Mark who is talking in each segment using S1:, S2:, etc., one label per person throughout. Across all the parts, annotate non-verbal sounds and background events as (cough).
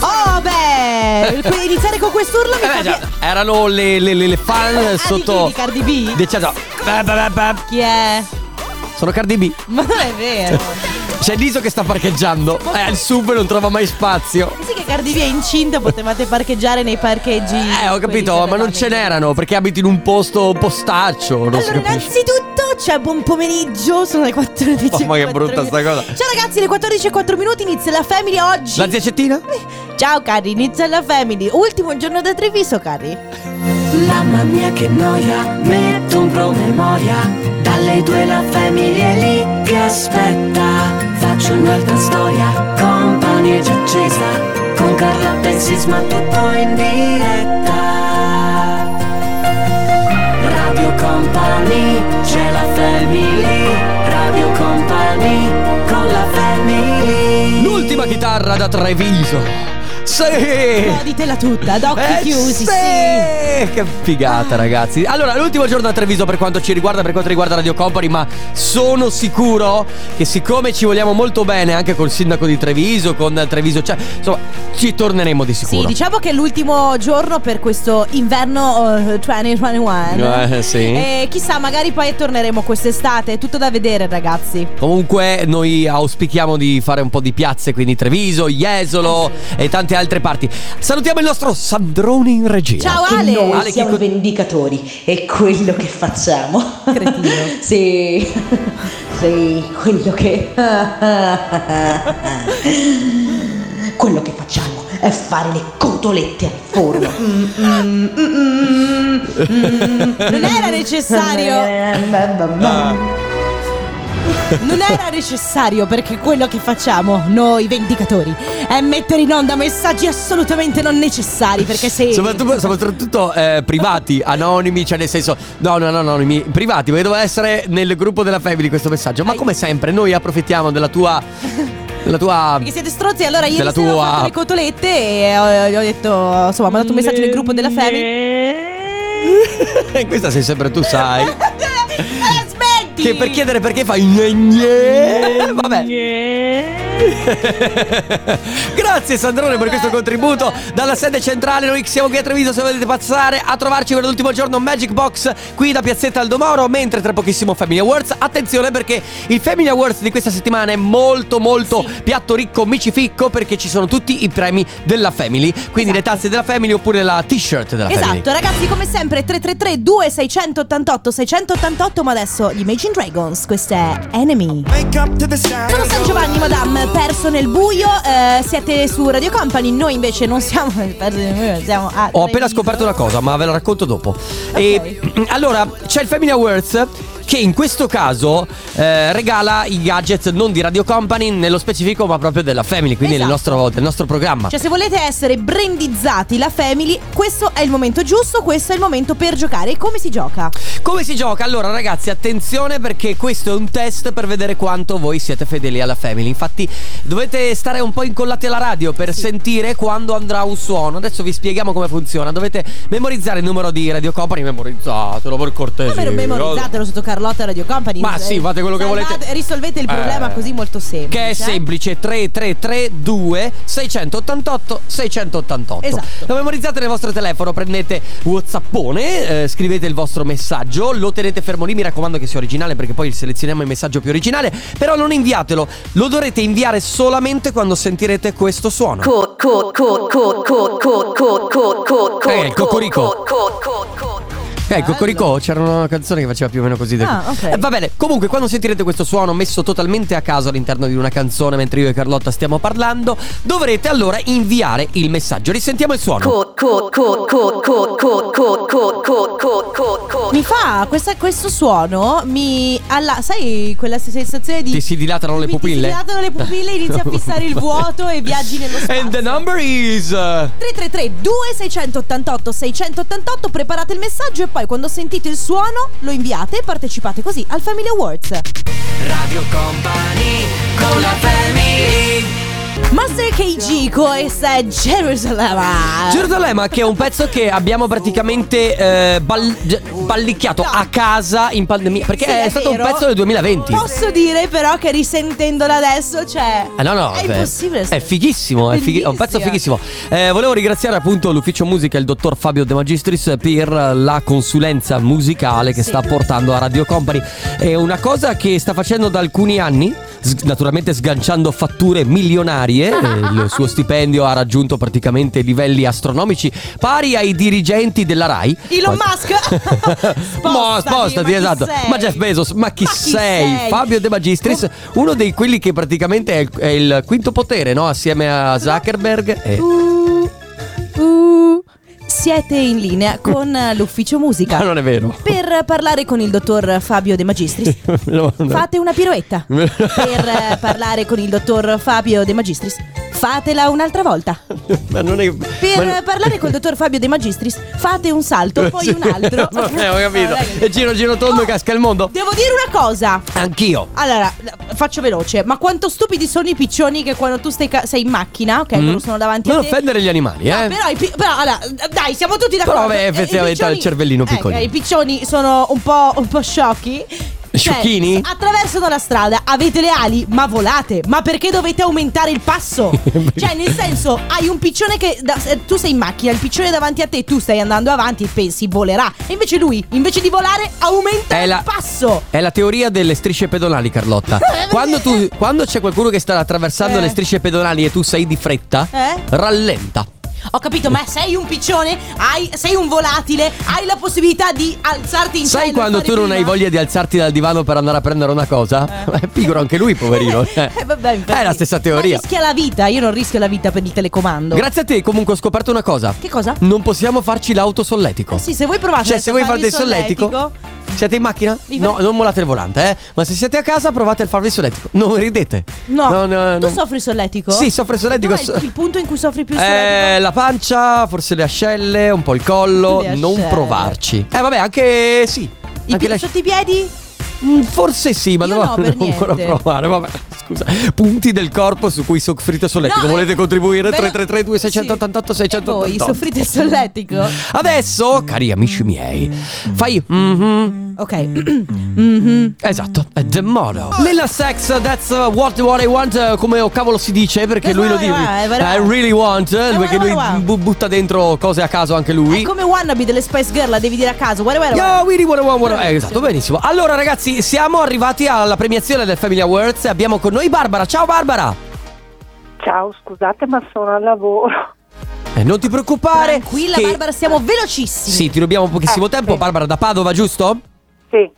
S1: Oh, puoi iniziare con quest'urlo mi fa
S2: Eh, già,
S1: piacere.
S2: erano le, le- le- le fan
S1: Ah, di chi?
S2: sotto.
S1: Di Cardi B?
S2: De- già, già. Beh, beh, beh, beh.
S1: Chi è?
S2: Sono Cardi B.
S1: Ma non è
S2: (laughs)
S1: vero.
S2: C'è Liso che sta parcheggiando. Eh, il sub non trova mai spazio.
S1: Sì che Cardi B è incinta, potevate parcheggiare nei parcheggi.
S2: Eh, ho
S1: quelli
S2: capito, ma non
S1: serrani.
S2: ce n'erano perché abiti in un posto postaccio. Non si
S1: Allora,
S2: capisce.
S1: innanzitutto, cioè, buon pomeriggio, sono le 14.
S2: Oh, ma che brutta sta cosa.
S1: Ciao ragazzi, le 14 e 4 minuti inizia la Family oggi.
S2: La zia Cettina?
S1: Ciao cari, inizia la Family. Ultimo giorno da Treviso, cari.
S3: Mamma mia che noia, metto un promemoria Dalle due la famiglia è lì che aspetta Faccio un'altra storia, compagnia già accesa Con Carla e Sisma tutto in diretta Radio Company, c'è la family Radio Company, con la family
S2: L'ultima chitarra da Treviso. Sì!
S1: Goditela tutta, ad occhi
S2: Eh,
S1: chiusi,
S2: sì!
S1: sì.
S2: Che figata, ragazzi. Allora, l'ultimo giorno a Treviso per quanto ci riguarda, per quanto riguarda Radio Company, ma sono sicuro che siccome ci vogliamo molto bene anche col sindaco di Treviso, con Treviso, cioè, insomma, ci torneremo di
S1: Sì,
S2: sicuro.
S1: diciamo che è l'ultimo giorno per questo inverno eh, 2021.
S2: Eh, sì.
S1: E chissà, magari poi torneremo quest'estate. È tutto da vedere, ragazzi.
S2: Comunque noi auspichiamo di fare un po' di piazze, quindi Treviso, Jesolo
S1: Eh,
S2: e tante altre parti. Salutiamo il nostro Sandroni in regia.
S1: Ciao
S4: Che
S1: Ale!
S4: noi
S2: Ale, che
S4: siamo
S2: co-
S4: vendicatori, è quello che facciamo.
S1: Cretino.
S4: (laughs) sì, sì, quello che... (laughs) quello che facciamo è fare le cotolette al forno. Mm, mm, mm, mm,
S1: Non era necessario.
S4: mm.
S1: Non era necessario perché quello che facciamo noi vendicatori è mettere in onda messaggi assolutamente non necessari perché se
S2: Soprattutto, soprattutto, eh, privati, anonimi, cioè nel senso, no, no, no, anonimi, privati, perché doveva essere nel gruppo della Family questo messaggio. Ma come sempre, noi approfittiamo della tua. della tua.
S1: perché siete strozzi allora ieri
S2: Della
S1: sera ho
S2: tua-
S1: fatto le cotolette e ho, gli ho detto insomma ho mandato un messaggio nel gruppo della family
S2: (laughs) Questa sei sempre
S1: (laughs)
S2: tu, sai.
S1: Eh, smetti
S2: Che per chiedere perché fai gne gne (laughs) Vabbè (laughs) Grazie Sandrone per questo contributo Dalla sede centrale noi siamo qui a Treviso Se volete passare a trovarci per l'ultimo giorno Magic Box qui da Piazzetta Aldo Moro Mentre tra pochissimo Family Awards Attenzione perché il Family Awards di questa settimana È molto molto piatto ricco micificco Perché ci sono tutti i premi della Family Quindi le tazze della Family Oppure la t-shirt della Family
S1: Esatto, ragazzi, come sempre 333 2688 688, ma adesso gli Imagine Dragons, questa è Enemy. Sono San Giovanni, madame, perso nel buio, eh, siete su Radio Company, noi invece non siamo perso nel buio, siamo a
S2: Ho
S1: Treviso.
S2: appena scoperto una cosa, ma ve la racconto dopo. E, (clears throat) allora, c'è il Family Awards che in questo caso eh, regala i gadget non di Radio Company nello specifico, ma proprio della Family, quindi del,
S1: Esatto.
S2: nostro, del nostro programma.
S1: Cioè, se volete essere brandizzati la family, questo è il momento giusto, questo è il momento per giocare. E come si gioca?
S2: Come si gioca? Allora, ragazzi, attenzione perché questo è un test per vedere quanto voi siete fedeli alla Family. Infatti, dovete stare un po' incollati alla radio per sentire quando andrà un suono. Adesso vi spieghiamo come funziona. Dovete memorizzare il numero di Radio Company, memorizzatelo per cortesia.
S1: Come memorizzatelo sotto Carlotta Radio Company.
S2: Ma
S1: Eh,
S2: sì, fate quello che
S1: salvate-
S2: volete.
S1: Risolvete il problema
S2: Eh.
S1: così molto semplice.
S2: Che è
S1: eh.
S2: semplice 3332 688 688
S1: Esatto.
S2: Lo memorizzate nel vostro telefono Prendete Whatsappone eh, Scrivete il vostro messaggio Lo tenete fermo lì Mi raccomando che sia originale Perché poi selezioniamo il messaggio più originale Però non inviatelo Lo dovrete inviare solamente Quando sentirete questo suono
S3: Co- co- co- co- co- co- co- co- co- co-
S2: Eh, il cocorico.
S3: co- co- co- co- co-
S2: Eh, Cocorico c'era una canzone che faceva più o meno così.
S1: Ah, ok.
S2: Eh, va bene. Comunque, quando sentirete questo suono messo totalmente a caso all'interno di una canzone mentre io e Carlotta stiamo parlando, dovrete allora inviare il messaggio. Risentiamo il suono.
S3: co- co- co- co- co- co- co- co- co- co- co- co-
S1: Mi fa questa- questo suono, mi. alla- sai quella sensazione di.
S2: Ti si dilatano le
S1: mi-
S2: pupille.
S1: Ti si dilatano le pupille,
S2: (laughs)
S1: inizi a fissare il vuoto e viaggi nello spazio.
S2: And the number is. uh,
S1: 333 2688 688 preparate il messaggio e poi quando sentite il suono lo inviate e partecipate così al Family Awards. Radio Company con la Family. Master K Seiji questa è Jerusalem
S2: Gerusalemme che è un pezzo che abbiamo praticamente eh, ball- ge- ballicchiato a casa in pandemia perché
S1: Sì,
S2: è,
S1: è
S2: stato
S1: vero.
S2: un pezzo del 2020.
S1: Posso dire però che risentendola adesso cioè
S2: Ah, no, no,
S1: È
S2: beh,
S1: impossibile
S2: È fighissimo, è, fighi- è un pezzo
S1: Bellissimo.
S2: fighissimo. Eh, volevo ringraziare appunto l'ufficio musica e il dottor Fabio De Magistris per la consulenza musicale che
S1: Sì.
S2: sta portando a Radio Company. È una cosa che sta facendo da alcuni anni, s- naturalmente sganciando fatture milionarie.
S1: (laughs)
S2: Eh, il suo stipendio ha raggiunto praticamente livelli astronomici pari ai dirigenti della RAI.
S1: Elon
S2: Quasi- (laughs)
S1: Musk (laughs)
S2: ma
S1: Spostati, ma
S2: spostati,
S1: chi
S2: esatto.
S1: sei?
S2: Ma Jeff Bezos, ma chi,
S1: Ma chi
S2: sei?
S1: sei?
S2: Fabio De Magistris, uno dei quelli che praticamente è il, è il quinto potere, no? Assieme a Zuckerberg. E...
S1: Uh, uh, siete in linea con l'ufficio
S2: (laughs)
S1: musica
S2: Ma Ah, non è vero.
S1: Per parlare con il dottor Fabio De Magistris
S2: No, (laughs) no.
S1: Fate una
S2: (laughs)
S1: piroetta Per eh, parlare con il dottor Fabio De Magistris Fatela un'altra volta
S2: ma non è...
S1: Per
S2: ma-
S1: eh, parlare col dottor Fabio De Magistris fate un
S2: (laughs)
S1: salto, poi un altro.
S2: Vabbè, Eh, ho capito.
S1: Vabbè,
S2: E giro giro tondo
S1: Oh,
S2: casca il mondo.
S1: Devo dire una cosa.
S2: Anch'io.
S1: Allora, faccio veloce, ma quanto stupidi sono i piccioni che quando tu stai, ca- sei in macchina, ok,
S2: Mm.
S1: loro Eh, sono davanti
S2: Non
S1: a te.
S2: offendere gli animali, eh.
S1: Però, i pi- però allora, dai, siamo tutti d'accordo.
S2: Però, vabbè,
S1: Eh, i
S2: effettivamente ha il cervellino piccolino.
S1: eh, I piccioni sono un po', un po' sciocchi. Cioè,
S2: Sciocchini?
S1: attraversano la strada, avete le ali, ma volate. Ma perché dovete aumentare il
S2: (laughs)
S1: passo? cioè, nel senso, hai un piccione che. da- eh, tu sei in macchina, il piccione davanti a te, tu stai andando avanti e pensi volerà. E invece lui, invece di volare, aumenta
S2: È
S1: il
S2: la-
S1: passo.
S2: È la teoria delle strisce
S1: (laughs)
S2: pedonali, Carlotta. Quando, tu- quando c'è qualcuno che sta attraversando
S1: Eh.
S2: le strisce pedonali e tu sei di fretta,
S1: Eh?
S2: rallenta.
S1: Ho capito, ma sei un piccione, hai- sei un volatile, hai la possibilità di alzarti in
S2: Sai
S1: cielo e
S2: quando
S1: fare
S2: tu non hai
S1: prima?
S2: voglia di alzarti dal divano per andare a prendere una cosa? Eh, È (laughs) pigro anche lui, poverino.
S1: (laughs) Eh, vabbè, infatti.
S2: è la stessa
S1: Ma
S2: teoria.
S1: rischia la vita, io non rischio la vita per il telecomando.
S2: Grazie a te, comunque, ho scoperto una cosa.
S1: Che cosa?
S2: Non possiamo farci l'autosolletico.
S1: Eh sì, se voi provate
S2: Cioè,
S1: adesso
S2: se voi
S1: a farvi
S2: fate il
S1: solletico,
S2: solletico. Siete in macchina?
S1: Vi
S2: No,
S1: fate-
S2: non mollate il volante, eh. Ma se siete a casa, provate a farvi il solletico. Non ridete.
S1: No, tu
S2: no.
S1: soffri il solletico?
S2: Sì, soffro il solletico.
S1: Qual è il, il punto in cui soffri più il solletico?
S2: Eh, la pancia, forse le ascelle, un po' il collo.
S1: Le
S2: Non
S1: ascelle.
S2: provarci. Eh, vabbè, anche sì.
S1: I
S2: anche
S1: piedi
S2: le ascelle.
S1: sotto i piedi?
S2: Mm, Forse sì, ma
S1: Io
S2: devo,
S1: no, per
S2: devo ancora
S1: niente.
S2: provare. Vabbè, scusa. Punti del corpo su cui soffrite solletico.
S1: No,
S2: Volete
S1: eh,
S2: contribuire?
S1: ve lo-
S2: 333 2688
S1: Sì. E Voi
S2: 688
S1: soffrite il solletico?
S2: Mm. Adesso, cari amici miei, fai. mhm.
S1: Ok. (clears throat) Mhm.
S2: Esatto, è The Mono. Lilla Sex, that's what, what I want. eh, Come oh, cavolo si dice, perché
S1: That's
S2: lui lo
S1: what I
S2: dice.
S1: want, what I
S2: I
S1: want.
S2: really want. eh,
S1: what
S2: Perché
S1: I
S2: lui
S1: want.
S2: bu- butta dentro cose a caso anche lui.
S1: È come Wannabe delle Spice Girl, la devi dire a caso. Guarda, guarda, guarda.
S2: Yo, Willy, buona, buona, buona. Eh, esatto, benissimo. Allora, ragazzi, siamo arrivati alla premiazione del Family Awards. e Abbiamo con noi Barbara. Ciao, Barbara.
S5: Ciao, scusate, ma sono al lavoro. (laughs)
S2: Eh, non ti preoccupare.
S1: Tranquilla,
S2: che-
S1: Barbara, Ah, siamo velocissimi.
S2: Sì, ti rubiamo pochissimo
S5: Eh,
S2: tempo.
S5: sì.
S2: Barbara da Padova, giusto?
S5: Sì,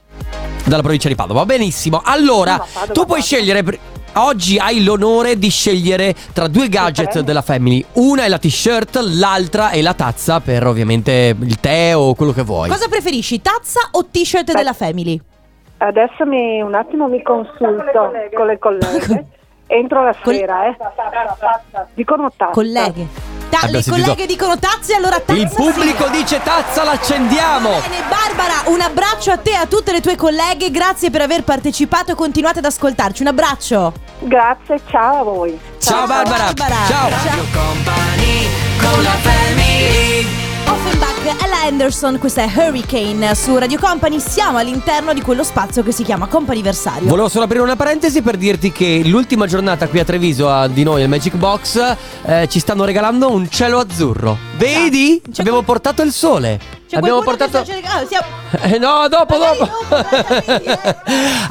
S2: Dalla provincia di Padova. Benissimo. Allora,
S5: No, Padova,
S2: tu puoi
S5: Padova.
S2: scegliere. pr- Oggi hai l'onore di scegliere tra due gadget
S5: prego.
S2: della Family. Una è la t-shirt, l'altra è la tazza per ovviamente il tè o quello che vuoi.
S1: Cosa preferisci, tazza o t-shirt della Family?
S5: adesso mi, un attimo mi consulto con le colleghe. Entro la
S1: Col-
S5: sera, eh. Dicono tazza.
S1: Colleghe. Ta-
S2: Abbiamo
S1: le
S2: sentito-
S1: colleghe dicono tazze, allora tazza.
S2: Il pubblico
S1: sì.
S2: dice tazza, l'accendiamo.
S1: Va Bene, Barbara, un abbraccio a te e a tutte le tue colleghe. Grazie per aver partecipato. Continuate ad ascoltarci. Un abbraccio.
S5: Grazie, ciao a voi.
S2: Ciao, Barbara.
S1: Barbara.
S2: Ciao.
S1: Ciao.
S2: con la
S1: Offenbach, Ella Anderson, questa è Hurricane su Radio Company. Siamo all'interno di quello spazio che si chiama Companiversario.
S2: Volevo solo aprire una parentesi per dirti che l'ultima giornata qui a Treviso a- di noi al Magic Box eh, ci stanno regalando un cielo azzurro. Vedi? Ci
S1: C'è
S2: abbiamo
S1: quel-
S2: portato il sole.
S1: C'è
S2: abbiamo
S1: qualcuno
S2: portato
S1: che sta cercando- ah, siamo-
S2: (laughs) Eh, no, dopo,
S1: Magari
S2: dopo.
S1: dopo, eh. dai, dai.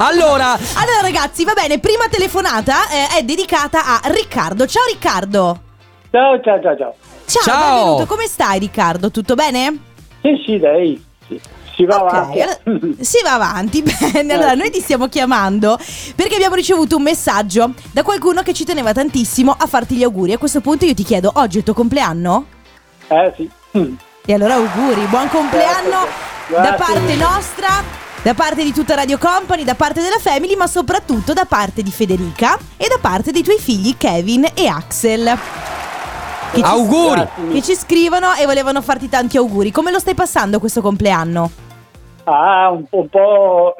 S2: (laughs) allora,
S1: Allora ragazzi, va bene, prima telefonata eh, è dedicata a Riccardo. Ciao Riccardo.
S6: Ciao, ciao, ciao, ciao.
S1: Ciao,
S2: Ciao.
S1: benvenuto. Come stai Riccardo? Tutto bene?
S6: Sì, sì, dai, sì. si va
S1: Ok,
S6: avanti.
S1: allora-
S7: (laughs)
S1: si va avanti, (laughs) bene. Allora, noi ti stiamo chiamando perché abbiamo ricevuto un messaggio da qualcuno che ci teneva tantissimo a farti gli auguri. A questo punto io ti chiedo, oggi è il tuo compleanno?
S6: (laughs) Eh sì.
S1: E allora auguri, buon compleanno
S6: Grazie.
S1: da parte nostra, da parte di tutta Radio Company, da parte della Family, ma soprattutto da parte di Federica e da parte dei tuoi figli Kevin e Axel. Che ci-
S2: auguri.
S1: Che ci scrivono e volevano farti tanti auguri. Come lo stai passando questo compleanno?
S6: Ah, un, po'- un po'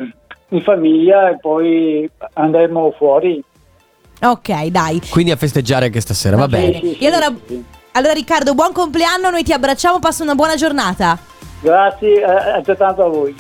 S6: in famiglia e poi andremo fuori.
S1: Ok, dai.
S2: Quindi a festeggiare anche stasera, va bene.
S6: Sì, sì,
S1: E allora,
S6: sì.
S1: allora Riccardo, buon compleanno, noi ti abbracciamo, passa una buona giornata.
S6: Grazie, eh, altrettanto a voi.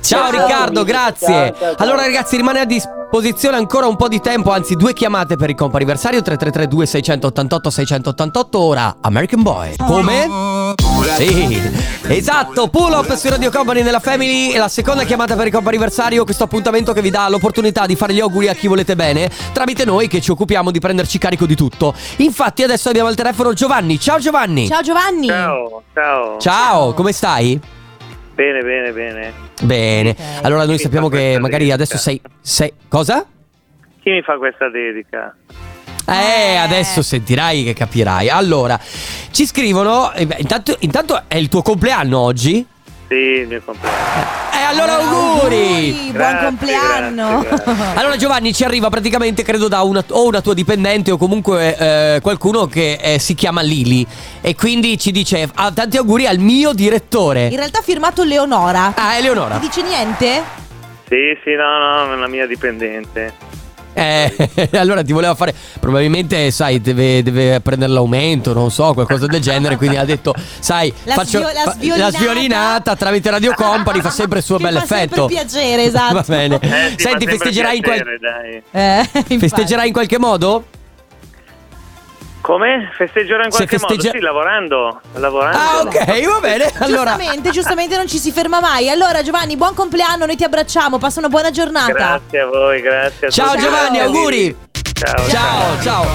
S2: Ciao
S6: Ciao,
S2: Riccardo,
S6: amici.
S2: grazie.
S6: Ciao, ciao, ciao.
S2: Allora ragazzi, rimane a disposizione ancora un po' di tempo, anzi due chiamate per il compo anniversario 3332 688 688 ora American Boy. Come? Sì, esatto, pull up su Radio Company nella Family e la seconda chiamata per il compo anniversario, questo appuntamento che vi dà l'opportunità di fare gli auguri a chi volete bene tramite noi che ci occupiamo di prenderci carico di tutto. Infatti adesso abbiamo al telefono Giovanni. Ciao Giovanni.
S1: Ciao Giovanni.
S8: Ciao, ciao.
S2: Ciao, come stai?
S8: Bene, bene, bene.
S2: Bene,
S1: Ok.
S2: allora noi
S8: Chi
S2: sappiamo
S8: fa questa
S2: che magari
S8: dedica?
S2: adesso sei, sei... Cosa?
S8: Chi mi fa questa dedica?
S2: Eh,
S1: Eh.
S2: adesso sentirai che capirai. Allora, ci scrivono. eh, beh, intanto, intanto è il tuo compleanno oggi?
S8: Sì, il mio compleanno.
S2: E allora auguri!
S1: buon
S8: Grazie,
S1: compleanno.
S8: grazie, grazie.
S2: Allora Giovanni ci arriva praticamente credo da una, o una tua dipendente o comunque eh, qualcuno che eh, si chiama Lili e quindi ci dice "Ah, tanti auguri al mio
S1: In
S2: direttore.
S1: realtà ha firmato Leonora.
S2: Ah,
S1: Ti
S2: Eleonora.
S1: dice niente?
S8: Sì, sì, no, no, è una mia dipendente.
S2: Eh, (laughs) allora ti voleva fare. Probabilmente, sai, deve, deve prendere l'aumento, non so, qualcosa del genere. Quindi ha detto, sai,
S1: (laughs) La
S2: faccio
S1: svio- la
S2: fa-
S1: sviolinata.
S2: sviolinata tramite Radio Company, fa sempre il suo
S1: Che
S2: bel
S1: fa sempre
S2: effetto.
S1: piacere, esatto.
S2: (laughs) Va bene.
S8: Eh, sì,
S2: Senti,
S8: ma sembra
S2: festeggerai in, qual-
S8: piacere, dai.
S1: (laughs) Eh, infatti.
S2: festeggerai in qualche modo?
S8: Come? Festeggerò in
S2: Se
S8: qualche
S2: festeggia-
S8: modo? Sì, lavorando. lavorando.
S2: Ah, ok, va bene. Allora,
S1: Giustamente, giustamente non ci si ferma mai. Allora Giovanni, buon compleanno, noi ti abbracciamo, passa una buona giornata.
S8: Grazie a voi, grazie a
S2: Ciao,
S8: tutti.
S2: Giovanni, auguri.
S8: Ciao,
S2: ciao, ciao.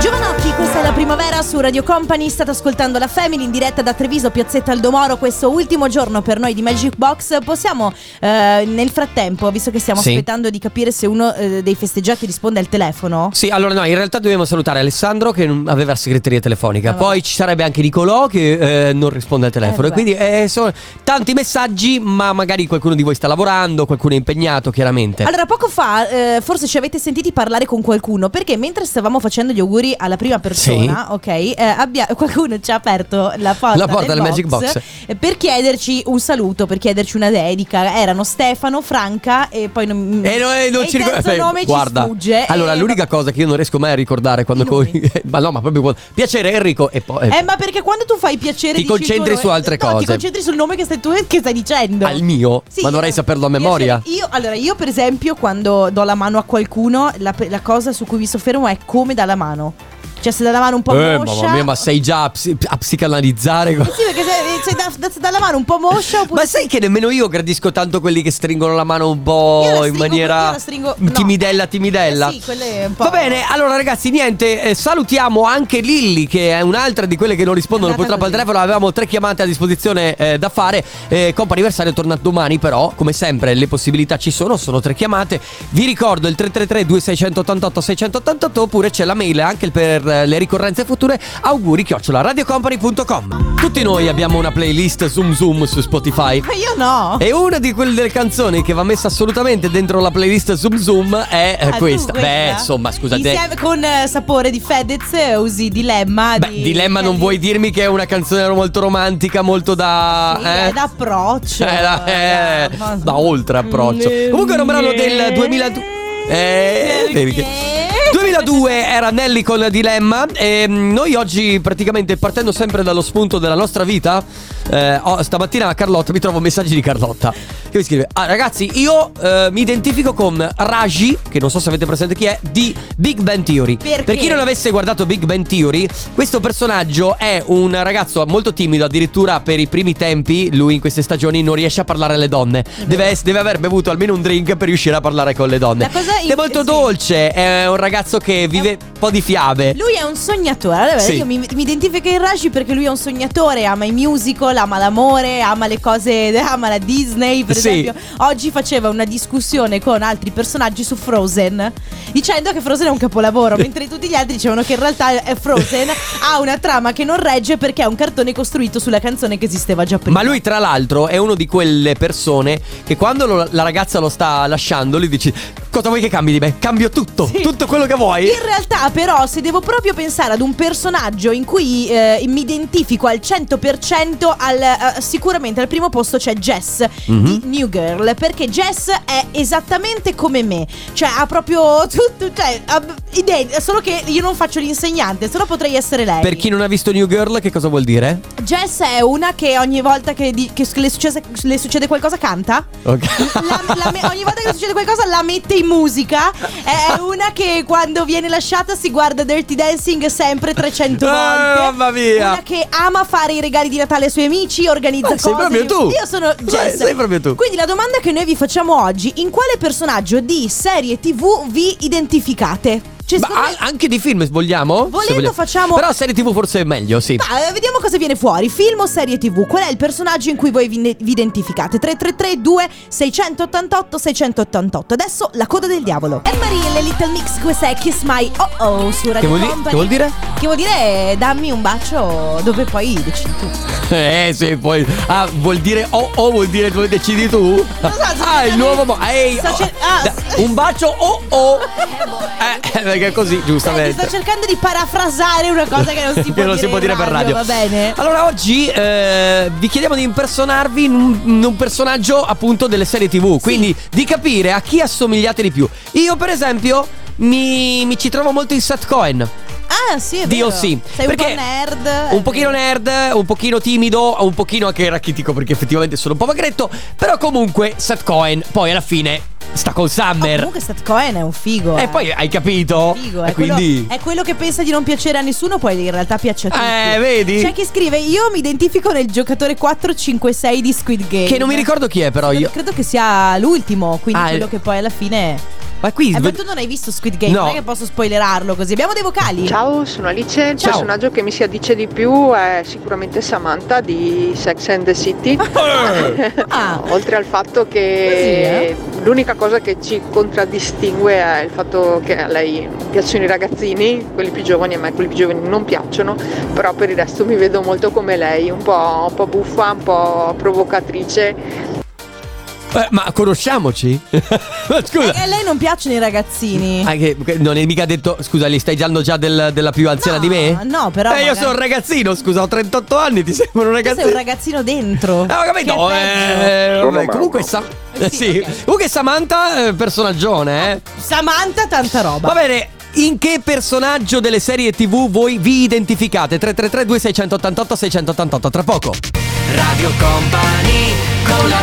S1: Giovanocchi, questa è la primavera su Radio Company, state ascoltando la Family in diretta da Treviso, Piazzetta Aldomoro, questo ultimo giorno per noi di Magic Box. Possiamo eh, nel frattempo, visto che stiamo
S2: Sì.
S1: aspettando di capire se uno eh, dei festeggiati risponde al telefono,
S2: Sì, allora no, in realtà dobbiamo salutare Alessandro che non- aveva la segreteria telefonica.
S1: Ah, vabbè.
S2: Poi ci sarebbe anche Nicolò che eh, non risponde al telefono.
S1: Eh,
S2: E quindi eh, sono tanti messaggi, ma magari qualcuno di voi sta lavorando, qualcuno è impegnato, chiaramente.
S1: Allora, poco fa, eh, forse ci avete sentiti parlare con qualcuno, perché mentre stavamo facendo gli auguri alla prima persona, ok, eh, abbia- (laughs) qualcuno ci ha aperto la porta,
S2: La porta
S1: del
S2: del Magic Box.
S1: eh, per chiederci un saluto, per chiederci una dedica. Erano Stefano, Franca e poi non,
S2: E noi Eh, non
S1: e
S2: ci
S1: il
S2: ricordiamo.
S1: terzo nome
S2: guarda,
S1: ci sfugge. eh,
S2: Allora,
S1: E-
S2: l'unica cosa che io non riesco mai a ricordare quando.
S1: I
S2: (laughs)
S1: nomi.
S2: co- ma no, ma proprio. quando- Piacere, Enrico. E poi.
S1: Eh, ma perché quando tu fai piacere
S2: Ti
S1: dici il tuo
S2: concentri
S1: nome-
S2: su altre
S1: No,
S2: cose.
S1: Ti concentri sul nome che stai, tu, che stai dicendo.
S2: Al mio?
S1: Sì, eh,
S2: Ma dovrei
S1: io-
S2: saperlo a
S1: io-
S2: memoria.
S1: Io, allora, io per esempio, quando do la mano a qualcuno, la, pe- la cosa su cui mi soffermo è come dà la mano. Cioè, se dà la mano un po'
S2: eh,
S1: moscia.
S2: mamma mia, ma sei già a, psi- a
S1: (laughs)
S2: psicanalizzare.
S1: Sì, perché se, eh, se dà, da- se dà la mano un po' moscia oppure.
S2: Ma sai che nemmeno io gradisco tanto quelli che stringono la mano un po'
S1: Io la
S2: in
S1: stringo- io
S2: maniera
S1: la stringo- no.
S2: timidella, timidella.
S1: Eh sì, quelle un po'-
S2: Va bene, allora ragazzi, niente, eh, salutiamo anche Lilli che è un'altra di quelle che non rispondono
S1: È andata
S2: purtroppo al
S1: così.
S2: telefono. Avevamo tre chiamate a disposizione eh, da fare. Eh, Compa anniversario torna domani, però, come sempre, le possibilità ci sono, sono tre chiamate. Vi ricordo il 333 2688 688 oppure c'è la mail anche per eh, le ricorrenze future. Auguri chiocciola radiocompany.com. Tutti noi abbiamo una playlist Zoom Zoom su Spotify.
S1: Ma io no.
S2: E una di quelle delle canzoni che va messa assolutamente dentro la playlist Zoom Zoom è eh,
S1: Ah, tu
S2: questa. Beh, insomma, scusate.
S1: Insieme con eh, sapore di Fedez, eh, usi dilemma.
S2: Beh,
S1: di- eh,
S2: dilemma non
S1: di-
S2: vuoi dirmi che è una canzone molto romantica, molto da...
S1: Sì,
S2: eh?
S1: È d'approccio.
S2: Eh, da, eh,
S1: ma-
S2: da oltre approccio.
S1: Mm,
S2: Comunque era un brano del
S1: eh,
S2: 2002. Eh, vedi che-
S1: perché?
S2: 2002 era Nelly con Dilemma e mm, noi oggi praticamente partendo sempre dallo spunto della nostra vita eh, oh, stamattina Carlotta mi trovo messaggi di Carlotta che mi scrive ah ragazzi io eh, mi identifico con Raji che non so se avete presente chi è di Big Bang Theory
S1: Perché?
S2: per chi non avesse guardato Big Bang Theory questo personaggio è un ragazzo molto timido addirittura per i primi tempi lui in queste stagioni non riesce a parlare alle donne deve, ess- deve aver bevuto almeno un drink per riuscire a parlare con le donne
S1: La cosa
S2: è molto
S1: sì.
S2: dolce, è un ragazzo che vive un po' di fiabe.
S1: Lui è un sognatore. Allora,
S2: Sì.
S1: io mi, mi identifico in Raji perché lui è un sognatore, ama i musical, ama l'amore, ama le cose, (laughs) ama la Disney, per
S2: Sì.
S1: esempio. Oggi faceva una discussione con altri personaggi su Frozen, dicendo che Frozen è un capolavoro, mentre tutti gli altri dicevano che in realtà è
S2: (laughs)
S1: Frozen ha una trama che non regge perché è un cartone costruito sulla canzone che esisteva già prima.
S2: Ma lui, tra l'altro, è uno di quelle persone che quando lo- la ragazza lo sta lasciando, lui dice: Cosa vuoi che cambi di me? Cambio tutto,
S1: Sì.
S2: tutto quello che vuoi.
S1: In realtà, però, se devo proprio pensare ad un personaggio in cui eh, mi identifico al 100%, al, eh, sicuramente al primo posto c'è Jess di New Girl. Perché Jess è esattamente come me. Cioè, ha proprio tutto. Cioè, ha- ident- solo che io non faccio l'insegnante, sennò potrei essere lei.
S2: Per chi non ha visto New Girl, che cosa vuol dire?
S1: Jess è una che ogni volta che, di- che le, successe- le succede qualcosa canta.
S2: Ok.
S1: La- la me- ogni volta che succede qualcosa la mette in musica. È una che quando viene lasciata si guarda Dirty Dancing sempre 300
S2: Eh,
S1: volte.
S2: mamma mia.
S1: Una che ama fare i regali di Natale ai suoi amici, organizza
S2: Ma sei
S1: cose.
S2: proprio tu.
S1: Io sono
S2: Sei-
S1: Jess.
S2: sei proprio tu.
S1: Quindi la domanda che noi vi facciamo oggi, in quale personaggio di serie TV vi identificate? Cioè,
S2: Ma
S1: secondo me-
S2: a- anche di film vogliamo? Se
S1: Volendo
S2: vogliamo.
S1: facciamo-
S2: Però serie TV forse è meglio, sì.
S1: Ma eh, vediamo cosa viene fuori, film o serie tv Qual è il personaggio in cui voi vi, vi identificate? 333 688 688 Adesso la coda del diavolo Anne-Marie e le Little Mix, questa è Kiss My Oh Oh su Radio
S2: Che vuol, di-
S1: Company
S2: che vuol dire?
S1: Che vuol dire eh, dammi un bacio dove poi decidi tu Cioè,
S2: (laughs) Eh sì, poi. Ah, vuol dire oh oh, vuol dire tu decidi tu? (laughs)
S1: Non so, sto
S2: ah, il
S1: cercando-
S2: nuovo. mo- Ehi!
S1: sto
S2: oh,
S1: cer- ah,
S2: da-
S1: s-
S2: un bacio oh
S1: (laughs)
S2: oh! Eh, eh, perché è così,
S1: Senti,
S2: giustamente.
S1: Sto cercando di parafrasare una cosa che
S2: (laughs)
S1: non si può,
S2: Che non si può dire
S1: in
S2: per radio.
S1: Va bene?
S2: Allora, oggi eh, vi chiediamo di impersonarvi in un, in un personaggio appunto delle serie TV. Quindi di capire a chi assomigliate di più. Io, per esempio, mi, mi ci trovo molto in Seth Cohen.
S1: Ah sì è vero
S2: Dio sì.
S1: Sei
S2: perché
S1: un po' nerd
S2: Un pochino nerd, un pochino timido, un pochino anche rachitico perché effettivamente sono un po' magretto. Però comunque Seth Cohen poi alla fine sta con
S1: Oh,
S2: Summer.
S1: comunque Seth Cohen è un figo
S2: e
S1: eh.
S2: poi hai capito?
S1: Figo,
S2: Oh, e
S1: è,
S2: quindi...
S1: quello, è quello che pensa di non piacere a nessuno, poi in realtà piace a tutti.
S2: Eh, vedi?
S1: C'è chi scrive: Io mi identifico nel giocatore 456 di Squid Game.
S2: Che non mi ricordo chi è però
S1: Credo-
S2: io.
S1: Credo che sia l'ultimo, quindi
S2: Ah,
S1: quello
S2: eh.
S1: che poi alla fine.
S2: Ma qui...
S1: Eh, ma tu non hai visto Squid Game,
S2: No.
S1: non è che posso spoilerarlo così. Abbiamo dei vocali.
S9: Ciao, sono Alice. Il
S2: Ciao.
S9: personaggio che mi si addice di più è sicuramente Samantha di Sex and the City.
S1: Ah,
S9: (laughs) Oltre al fatto che l'unica cosa che ci contraddistingue è il fatto che a lei piacciono i ragazzini, quelli più giovani, a me quelli più giovani non piacciono, però per il resto mi vedo molto come lei, un po', un po' buffa, un po' provocatrice.
S2: Eh, ma conosciamoci? (laughs) Ma Scusa.
S1: e a lei non piacciono i ragazzini.
S2: Anche, non è mica detto, scusa, gli stai giallando già del- della più anziana
S1: No,
S2: di me?
S1: no, però
S2: Eh, io
S1: magari-
S2: sono un ragazzino, scusa, ho 38 anni, ti sembro un
S1: Tu
S2: ragazzino.
S1: sei un ragazzino dentro.
S2: Ah, ho capito.
S1: Che è peggio.
S2: eh,
S10: Sono
S2: vabbè,
S10: Mauro.
S2: comunque, Sa- eh, sì,
S1: Sì, ok.
S2: comunque Samantha, eh, personaggione, eh.
S1: Samantha, tanta roba.
S2: Va bene. In che personaggio delle serie TV voi vi identificate? 333 2688 688 tra poco. Radio Company con la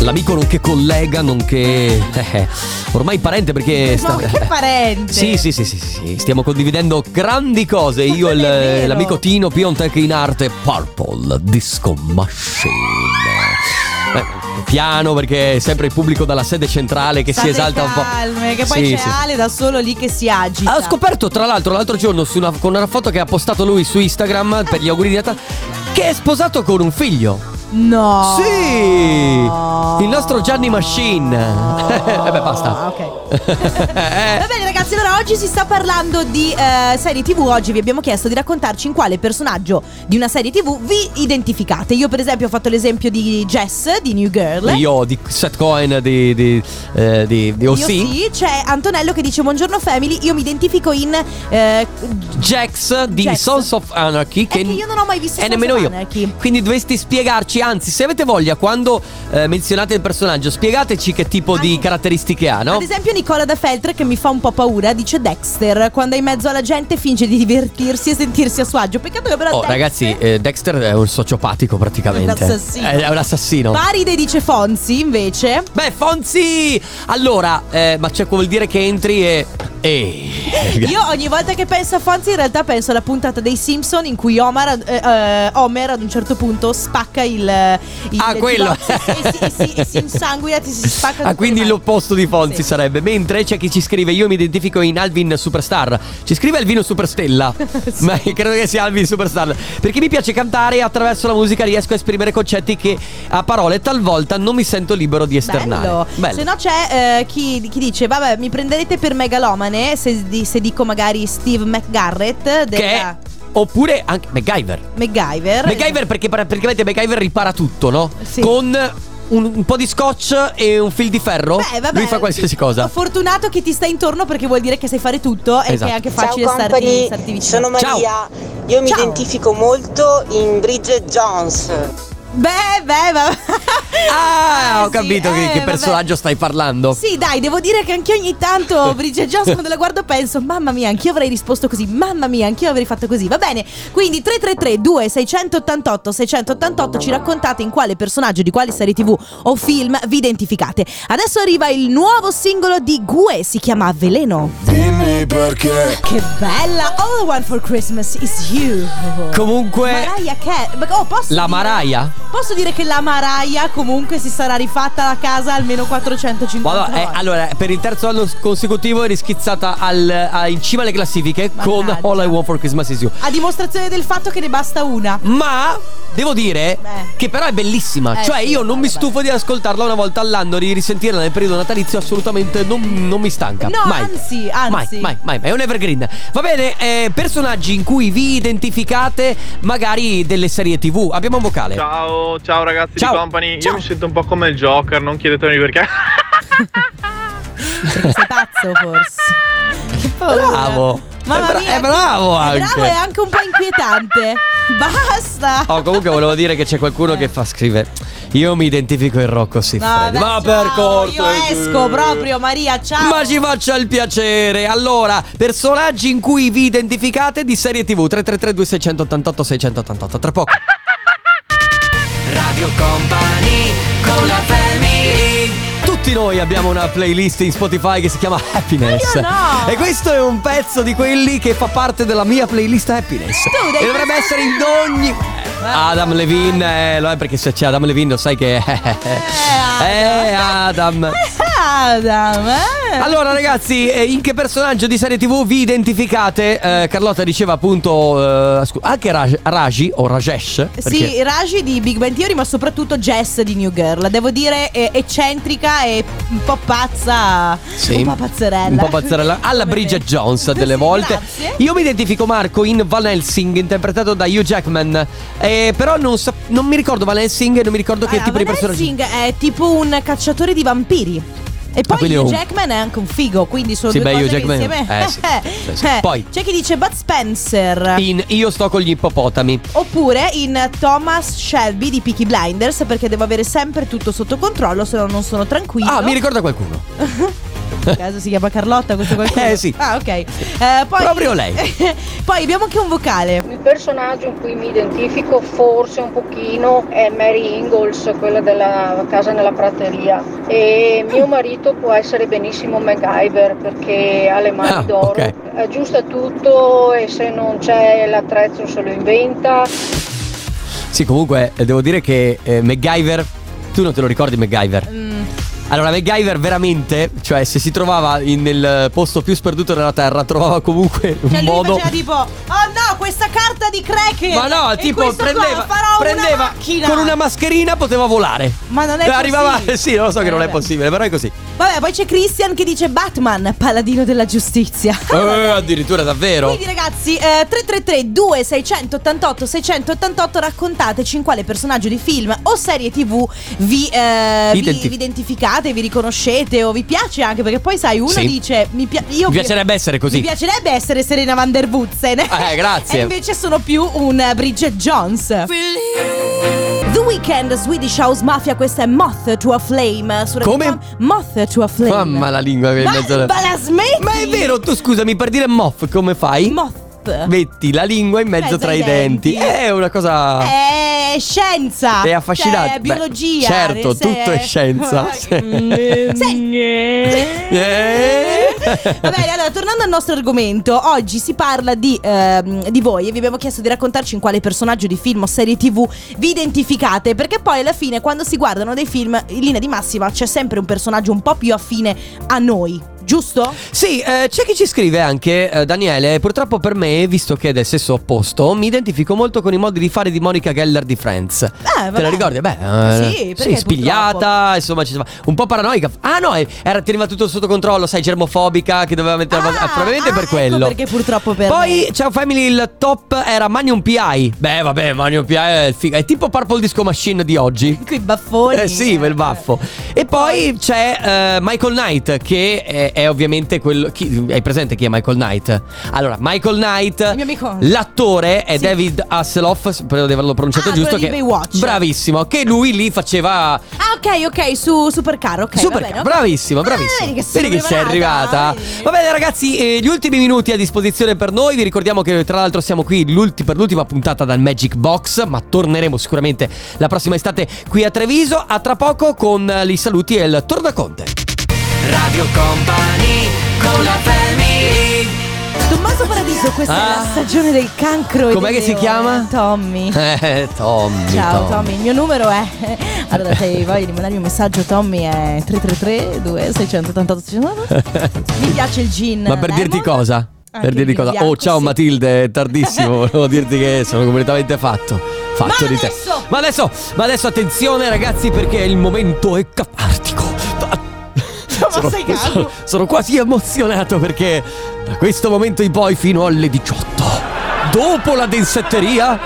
S2: L'amico nonché collega, nonché eh, eh, ormai parente perché
S1: Ma che parente.
S2: Sì, sì, sì, sì, sì, stiamo condividendo grandi cose.
S1: Ma
S2: Io e
S1: non è
S2: il-
S1: vero.
S2: l'amico Tino Piontek in arte Purple Disco Machine. Eh, Piano perché è sempre il pubblico dalla sede centrale che
S1: State
S2: si esalta un po'.
S1: calme, che poi
S2: Sì,
S1: c'è
S2: sì.
S1: Ale da solo lì che si agita.
S2: Ah, Ho scoperto tra l'altro l'altro giorno su una- con una foto che ha postato lui su Instagram per gli auguri di Natale che è sposato con un figlio.
S1: No.
S2: Sì! Il nostro Gianni Machine. (laughs) Eh beh, basta.
S1: Oh. Ah, ok.
S2: (laughs)
S1: Va bene ragazzi, allora oggi si sta parlando di eh, serie tv, oggi vi abbiamo chiesto di raccontarci in quale personaggio di una serie tv vi identificate. Io per esempio ho fatto l'esempio di Jess di New Girl.
S2: Eh, Io di Seth Cohen di, di, eh, di, di
S1: Io
S2: OC.
S1: sì, c'è Antonello che dice buongiorno family, io mi identifico in... eh,
S2: Jax di
S1: Jax.
S2: Sons of Anarchy.
S1: che io non ho mai visto
S2: E
S1: Sons
S2: nemmeno
S1: of
S2: io.
S1: Anarchy.
S2: Quindi dovresti spiegarci, anzi, se avete voglia, quando eh, menzionate il personaggio, spiegateci che tipo di
S1: Anche-
S2: caratteristiche ha, no?
S1: Ad esempio Nicola da Feltre che mi fa un po' paura dice Dexter, quando è in mezzo alla gente finge di divertirsi e sentirsi a suo agio. Peccato che però...
S2: Oh,
S1: Dexter-
S2: ragazzi, eh, Dexter è un sociopatico praticamente.
S1: Un assassino.
S2: È, è un assassino.
S1: Paride dice Fonzi invece.
S2: Beh, Fonzi! Allora, eh, ma c'è vuol dire che entri e.
S1: (laughs)
S2: Ehi.
S1: Io ogni volta che penso a Fonzi in realtà penso alla puntata dei Simpson in cui Omar, eh, eh, Homer ad un certo punto spacca il... il
S2: Ah, quello.
S1: e, si, e, si, e si insanguina, ti si spacca...
S2: Ah,
S1: tutte
S2: quindi
S1: le mani.
S2: l'opposto di Fonzi
S1: Sì.
S2: sarebbe. Mentre c'è chi ci scrive, io mi identifico in Alvin Superstar. Ci scrive
S1: (laughs)
S2: Alvino Superstella. Ma (laughs) credo che sia Alvin Superstar. Perché mi piace cantare e attraverso la musica riesco a esprimere concetti che a parole talvolta non mi sento libero di esternare.
S1: Bello.
S2: Bello.
S1: Se no c'è eh, chi, chi dice vabbè mi prenderete per megalomane se, di- se dico magari Steve McGarrett
S2: Che è-
S1: della
S2: Oppure anche MacGyver.
S1: MacGyver.
S2: MacGyver perché pra- praticamente MacGyver ripara tutto, no?
S1: Sì.
S2: Con un, un po' di scotch e un fil di ferro,
S1: Beh, vabbè.
S2: oh, lui fa qualsiasi cosa.
S1: Fortunato che ti sta intorno perché vuol dire che sai fare tutto e
S2: Esatto.
S1: che è anche facile starti, starti vicino.
S2: Ciao.
S10: Io
S1: mi Ciao. identifico
S10: molto in Bridget Jones.
S1: Beh, beh, va.
S2: Ah,
S1: Eh, (laughs)
S2: ho
S1: sì,
S2: capito
S1: eh,
S2: che, che
S1: vabbè.
S2: personaggio stai parlando.
S1: Sì, dai, devo dire che anche ogni
S2: (laughs)
S1: tanto Bridget Jones quando la guardo penso, mamma mia, anch'io avrei risposto così, mamma mia, anch'io avrei fatto così. Va bene, quindi 333-2688-688 ci raccontate in quale personaggio di quale serie tv o film vi identificate. Adesso arriva il nuovo singolo di Gue, si chiama Veleno.
S11: Dimmi perché
S1: Che bella! All I want for Christmas is you.
S2: Comunque,
S1: Mariah Carey. Ma- Oh, posso
S2: la
S1: dire-
S2: Maraia.
S1: Posso dire che la Maraia comunque si sarà rifatta a casa almeno 450
S2: Madonna, eh,
S1: volte.
S2: allora, per il terzo anno consecutivo è rischizzata al- a- in cima alle classifiche
S1: Mannaggia.
S2: con All I Want for Christmas Is You.
S1: A dimostrazione del fatto che ne basta
S2: (laughs)
S1: una.
S2: Ma devo dire
S1: Beh.
S2: che però è bellissima.
S1: Eh,
S2: cioè,
S1: sì,
S2: io non mi
S1: vabbè.
S2: stufo di ascoltarla una volta all'anno, di risentirla nel periodo natalizio. Assolutamente non, non mi stanca.
S1: No,
S2: mai.
S1: anzi, anzi.
S2: Mai, mai, mai, mai. È un evergreen. Va bene, eh, personaggi in cui vi identificate, magari delle serie TV. Abbiamo un vocale.
S12: Ciao, ciao ragazzi
S2: Ciao.
S12: di Company.
S2: Ciao.
S12: Io mi sento un po' come il Joker, non chiedetemi perché. (laughs)
S1: Perché sei pazzo forse. Che paura.
S2: Bravo. È
S1: Mamma
S2: bra-
S1: mia.
S2: è bravo
S1: È
S2: anche.
S1: bravo e anche un po'
S2: (laughs)
S1: inquietante. Basta. (laughs)
S2: Oh, comunque volevo dire che c'è qualcuno che fa scrive. Io mi identifico in Rocco
S1: Vabbè,
S2: Siffredi. Ma
S1: ciao,
S2: per corto. eh.
S1: Io esco proprio, Maria, ciao.
S2: Ma ci faccia il piacere. Allora, personaggi in cui vi identificate di serie TV 333 2688 688. Tra poco. Radio Company con la family. Tutti noi abbiamo una playlist in Spotify che si chiama Happiness.
S1: Ma io no.
S2: E questo è un pezzo di quelli che fa parte della mia playlist Happiness.
S1: Tu dai-
S2: e dovrebbe essere in ogni. Adam Levine, eh, lo è perché se c'è Adam Levine lo sai che. Eh, Adam.
S1: Adam, eh.
S2: Allora ragazzi, eh, in che personaggio di serie TV vi identificate? Eh, Carlotta diceva appunto eh, scu- anche Raj- Raji o Rajesh.
S1: Sì, Raji di Big Bang Theory, ma soprattutto Jess di New Girl. Devo dire, è eccentrica e un po' pazza.
S2: Sì.
S1: Un po' pazzerella.
S2: Un po' pazzerella. Alla
S1: Come
S2: Bridget
S1: me.
S2: Jones delle
S1: Sì,
S2: volte.
S1: grazie.
S2: Io mi identifico Marco in Van Helsing, interpretato da Hugh Jackman. Eh, però non, sap- non mi ricordo Van Helsing e non mi ricordo che
S1: Allora,
S2: tipo di
S1: Van
S2: personaggio.
S1: Helsing è tipo un cacciatore di vampiri. E poi
S2: quindi è
S1: Hugh
S2: un-
S1: Jackman è anche un figo, quindi sono
S2: Sì,
S1: due
S2: beh,
S1: cose
S2: Hugh
S1: che
S2: Jackman-
S1: insieme.
S2: eh, sì,
S1: (laughs)
S2: sì, sì. Poi-
S1: C'è chi dice Bud Spencer.
S2: In Io sto con gli ippopotami.
S1: Oppure in Thomas Shelby di Peaky Blinders, perché devo avere sempre tutto sotto controllo, se no non sono tranquillo.
S2: Ah, mi ricorda qualcuno.
S1: In caso si chiama Carlotta questo qualcuno.
S2: Eh, sì.
S1: Ah, ok. Eh, poi...
S2: Proprio lei.
S1: (laughs) poi abbiamo anche un vocale.
S13: Il personaggio in cui mi identifico forse un pochino è Mary Ingalls, quella della casa nella prateria. E
S9: Ah.
S13: mio marito può essere benissimo MacGyver perché ha le mani
S2: Ah,
S13: d'oro,
S2: ok.
S13: aggiusta tutto e se non c'è l'attrezzo se lo inventa.
S2: Sì, comunque eh, devo dire che eh, MacGyver. Tu non te lo ricordi MacGyver?
S1: Mm,
S2: Allora, MacGyver veramente, cioè se si trovava in- nel posto più sperduto della Terra, trovava comunque un
S1: cioè lui
S2: modo...
S1: faceva tipo, oh no, questa carta di cracker.
S2: Ma no,
S1: e
S2: tipo
S1: questo
S2: prendeva,
S1: qua farò
S2: prendeva
S1: una macchina.
S2: con una mascherina poteva volare.
S1: Ma non è
S2: Arrivava,
S1: possibile.
S2: (laughs) sì, lo so che non è
S1: Vabbè.
S2: possibile, però è così.
S1: Vabbè, poi c'è Christian che dice Batman, paladino della giustizia.
S2: Eh, addirittura davvero.
S1: Quindi ragazzi, eh, 333 2688 688 raccontateci in quale personaggio di film o serie TV vi, eh, vi-
S2: Identif-
S1: vi identificate, vi riconoscete o vi piace anche perché poi sai uno
S2: Sì.
S1: dice mi, pia- io
S2: Mi piacerebbe essere così.
S1: Mi piacerebbe essere Serena van der Woodsen.
S2: Eh,
S1: (laughs)
S2: grazie.
S1: e invece sono più un eh, Bridget Jones. The Weeknd, Swedish House Mafia, questa è Moth to a Flame. su Radio
S2: Come?
S1: Fam- Moth to a Flame.
S2: Mamma la lingua che è in
S1: Ma-
S2: mezzo alla-
S1: ma la smetti?
S2: Ma è vero, tu scusami, per dire moff come fai?
S1: Moth.
S2: Metti la lingua in mezzo,
S1: Mezzo
S2: tra
S1: ai
S2: i denti. Eh,
S1: denti.
S2: È una cosa...
S1: È scienza.
S2: Ah. È affascinante.
S1: Cioè, è
S2: Beh,
S1: biologia.
S2: certo,
S1: se-
S2: tutto è
S1: (laughs)
S2: scienza.
S1: Se-
S2: Eh?
S1: Va bene, allora tornando al nostro argomento, oggi si parla di, ehm, di voi e vi abbiamo chiesto di raccontarci in quale personaggio di film o serie tv vi identificate, perché poi alla fine quando si guardano dei film in linea di massima c'è sempre un personaggio un po' più affine a noi. giusto?
S2: Sì, eh, c'è chi ci scrive anche, eh, Daniele, purtroppo per me, visto che è del sesso opposto, mi identifico molto con i modi di fare di Monica Geller di Friends. Te la
S1: Eh, vabbè.
S2: ricordi? Beh, eh,
S1: Sì, perché
S2: spigliata,
S1: purtroppo?
S2: insomma, ci- un po' paranoica. Ah no, eh, era, teneva tutto sotto controllo, sai, germofobica, che doveva mettere... la- eh, probabilmente per quello.
S1: Ah, ecco Perché purtroppo per
S2: Poi ciao Family il top era Magnum PI. Beh, vabbè, Magnum PI è, figo. è tipo Purple Disco Machine di oggi.
S1: Qui baffoni.
S2: Eh sì, quel baffo. E poi c'è eh, Michael Knight che è, è ovviamente quello chi- hai presente chi è Michael Knight? Allora, Michael Knight
S1: mio amico.
S2: L'attore è David Hasselhoff, spero di averlo pronunciato
S1: Ah,
S2: giusto
S1: quello di
S2: che
S1: Baywatch.
S2: Bravissimo, che lui lì faceva
S1: Ah, ok, ok, su Supercar, ok.
S2: Super,
S1: va bene, ok.
S2: bravissimo,
S1: Ah,
S2: bravissimo.
S1: vedi che sono
S2: Vedi che sei arrivata. Va bene, ragazzi, eh, gli ultimi minuti a disposizione per noi. Vi ricordiamo che, tra l'altro, siamo qui l'ulti- per l'ultima puntata dal Magic Box. Ma torneremo sicuramente la prossima estate qui a Treviso. A tra poco con eh, i saluti e il Tornaconte. Radio Company con la
S1: Tommaso Paradiso, questa è
S2: Ah.
S1: la stagione del cancro. e
S2: Com'è
S1: del
S2: che si
S1: leone.
S2: chiama?
S1: Tommy.
S2: Eh, Tommy.
S1: Ciao Tommy, il mio numero è. (laughs) Allora, se hai voglia di mandarmi un messaggio, Tommy è 333 2688 Mi
S2: (laughs)
S1: piace il gin.
S2: Ma per dirti
S1: lemon.
S2: cosa?
S1: Anche
S2: Per dirti
S1: il
S2: cosa?
S1: bianco,
S2: oh, ciao
S1: sì.
S2: Matilde, è tardissimo. Volevo dirti che sono completamente fatto. Fatto di te. Ma adesso, ma adesso attenzione, ragazzi, perché il momento è catartico. (laughs) Sono,
S1: sei calmo?
S2: sono- sono quasi emozionato perché da questo momento in poi fino alle 18. Dopo la densetteria.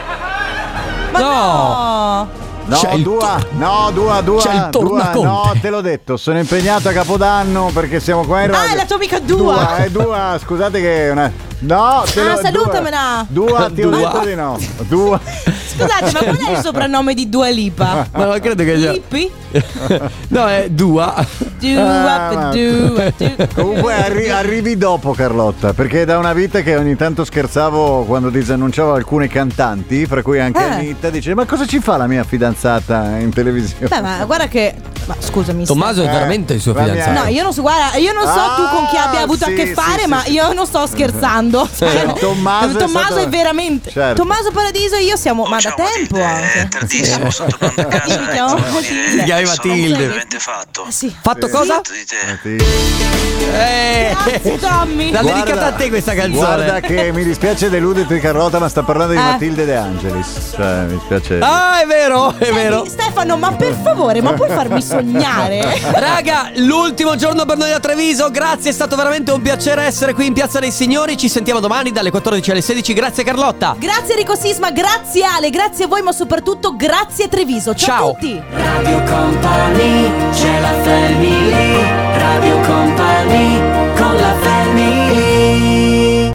S2: no!
S7: No,
S2: C'è il
S7: Dua, no, Dua, Dua,
S2: C'è il
S7: Dua,
S2: tornaconte.
S7: no, te l'ho detto, sono impegnato a Capodanno perché siamo qua in radio.
S1: Ah, è la tua amica Dua.
S7: Dua, eh, Dua, scusate che è una... No, te
S1: Ah,
S7: l'ho
S1: salutamela.
S7: Dua, Dua, ti ho
S2: Dua.
S7: detto di no. Dua.
S1: Scusate, ma qual è
S7: (laughs)
S1: il soprannome di Dua Lipa?
S7: Ah.
S2: Ma non credo che sia.
S1: Lippi?
S2: (laughs) No, è Dua.
S1: Dua,
S7: Ah, ma-
S1: Dua, Dua.
S7: Comunque arri- arrivi dopo Carlotta, perché è da una vita che ogni tanto scherzavo quando disannunciavo alcune cantanti, fra cui anche
S1: Eh.
S7: Anita, dice "Ma cosa ci fa la mia fidanzata in televisione?"
S1: Beh, ma guarda che. Ma scusami.
S2: Tommaso è
S1: stai-
S2: veramente il suo
S7: la mia-
S2: fidanzato.
S1: No, io non so, guarda, io non so
S7: Eh. Ah,
S1: tu con chi abbia avuto
S7: sì,
S1: a che
S7: sì,
S1: fare,
S7: sì,
S1: ma
S7: sì.
S1: io non sto scherzando. Cioè,
S7: Eh, Tommaso è
S1: Tommaso
S7: stato-
S1: è veramente.
S7: Certo.
S1: Tommaso Paradiso e io siamo. ma da tempo anche.
S14: Tardissimo, sono tornato a casa.
S1: Ti chiamo Matilde.
S2: Ti chiami Matilde.
S14: fatto.
S1: Ah, sì.
S2: Fatto cosa? Eh.
S1: Grazie, Tommy.
S2: L'ha
S7: Guarda-
S2: dedicata a te questa canzone.
S7: Guarda che mi dispiace deluderti Carlotta, ma sta parlando di
S1: Eh.
S7: Matilde De Angelis. Cioè, mi dispiace.
S2: Ah, è vero, è vero.
S1: Stefano, ma per favore, ma puoi
S2: (laughs)
S1: farmi sognare?
S2: Raga, l'ultimo giorno per noi a Treviso. Grazie, è stato veramente un piacere essere qui in Piazza dei Signori. Ci sentiamo domani dalle 14 alle 16. Grazie Carlotta.
S1: Grazie Enrico Sisma, grazie Ale, grazie a voi, ma soprattutto grazie Treviso. Ciao,
S2: Ciao.
S1: a tutti.
S3: Radio Company, c'è la family. Radio Company, con la family.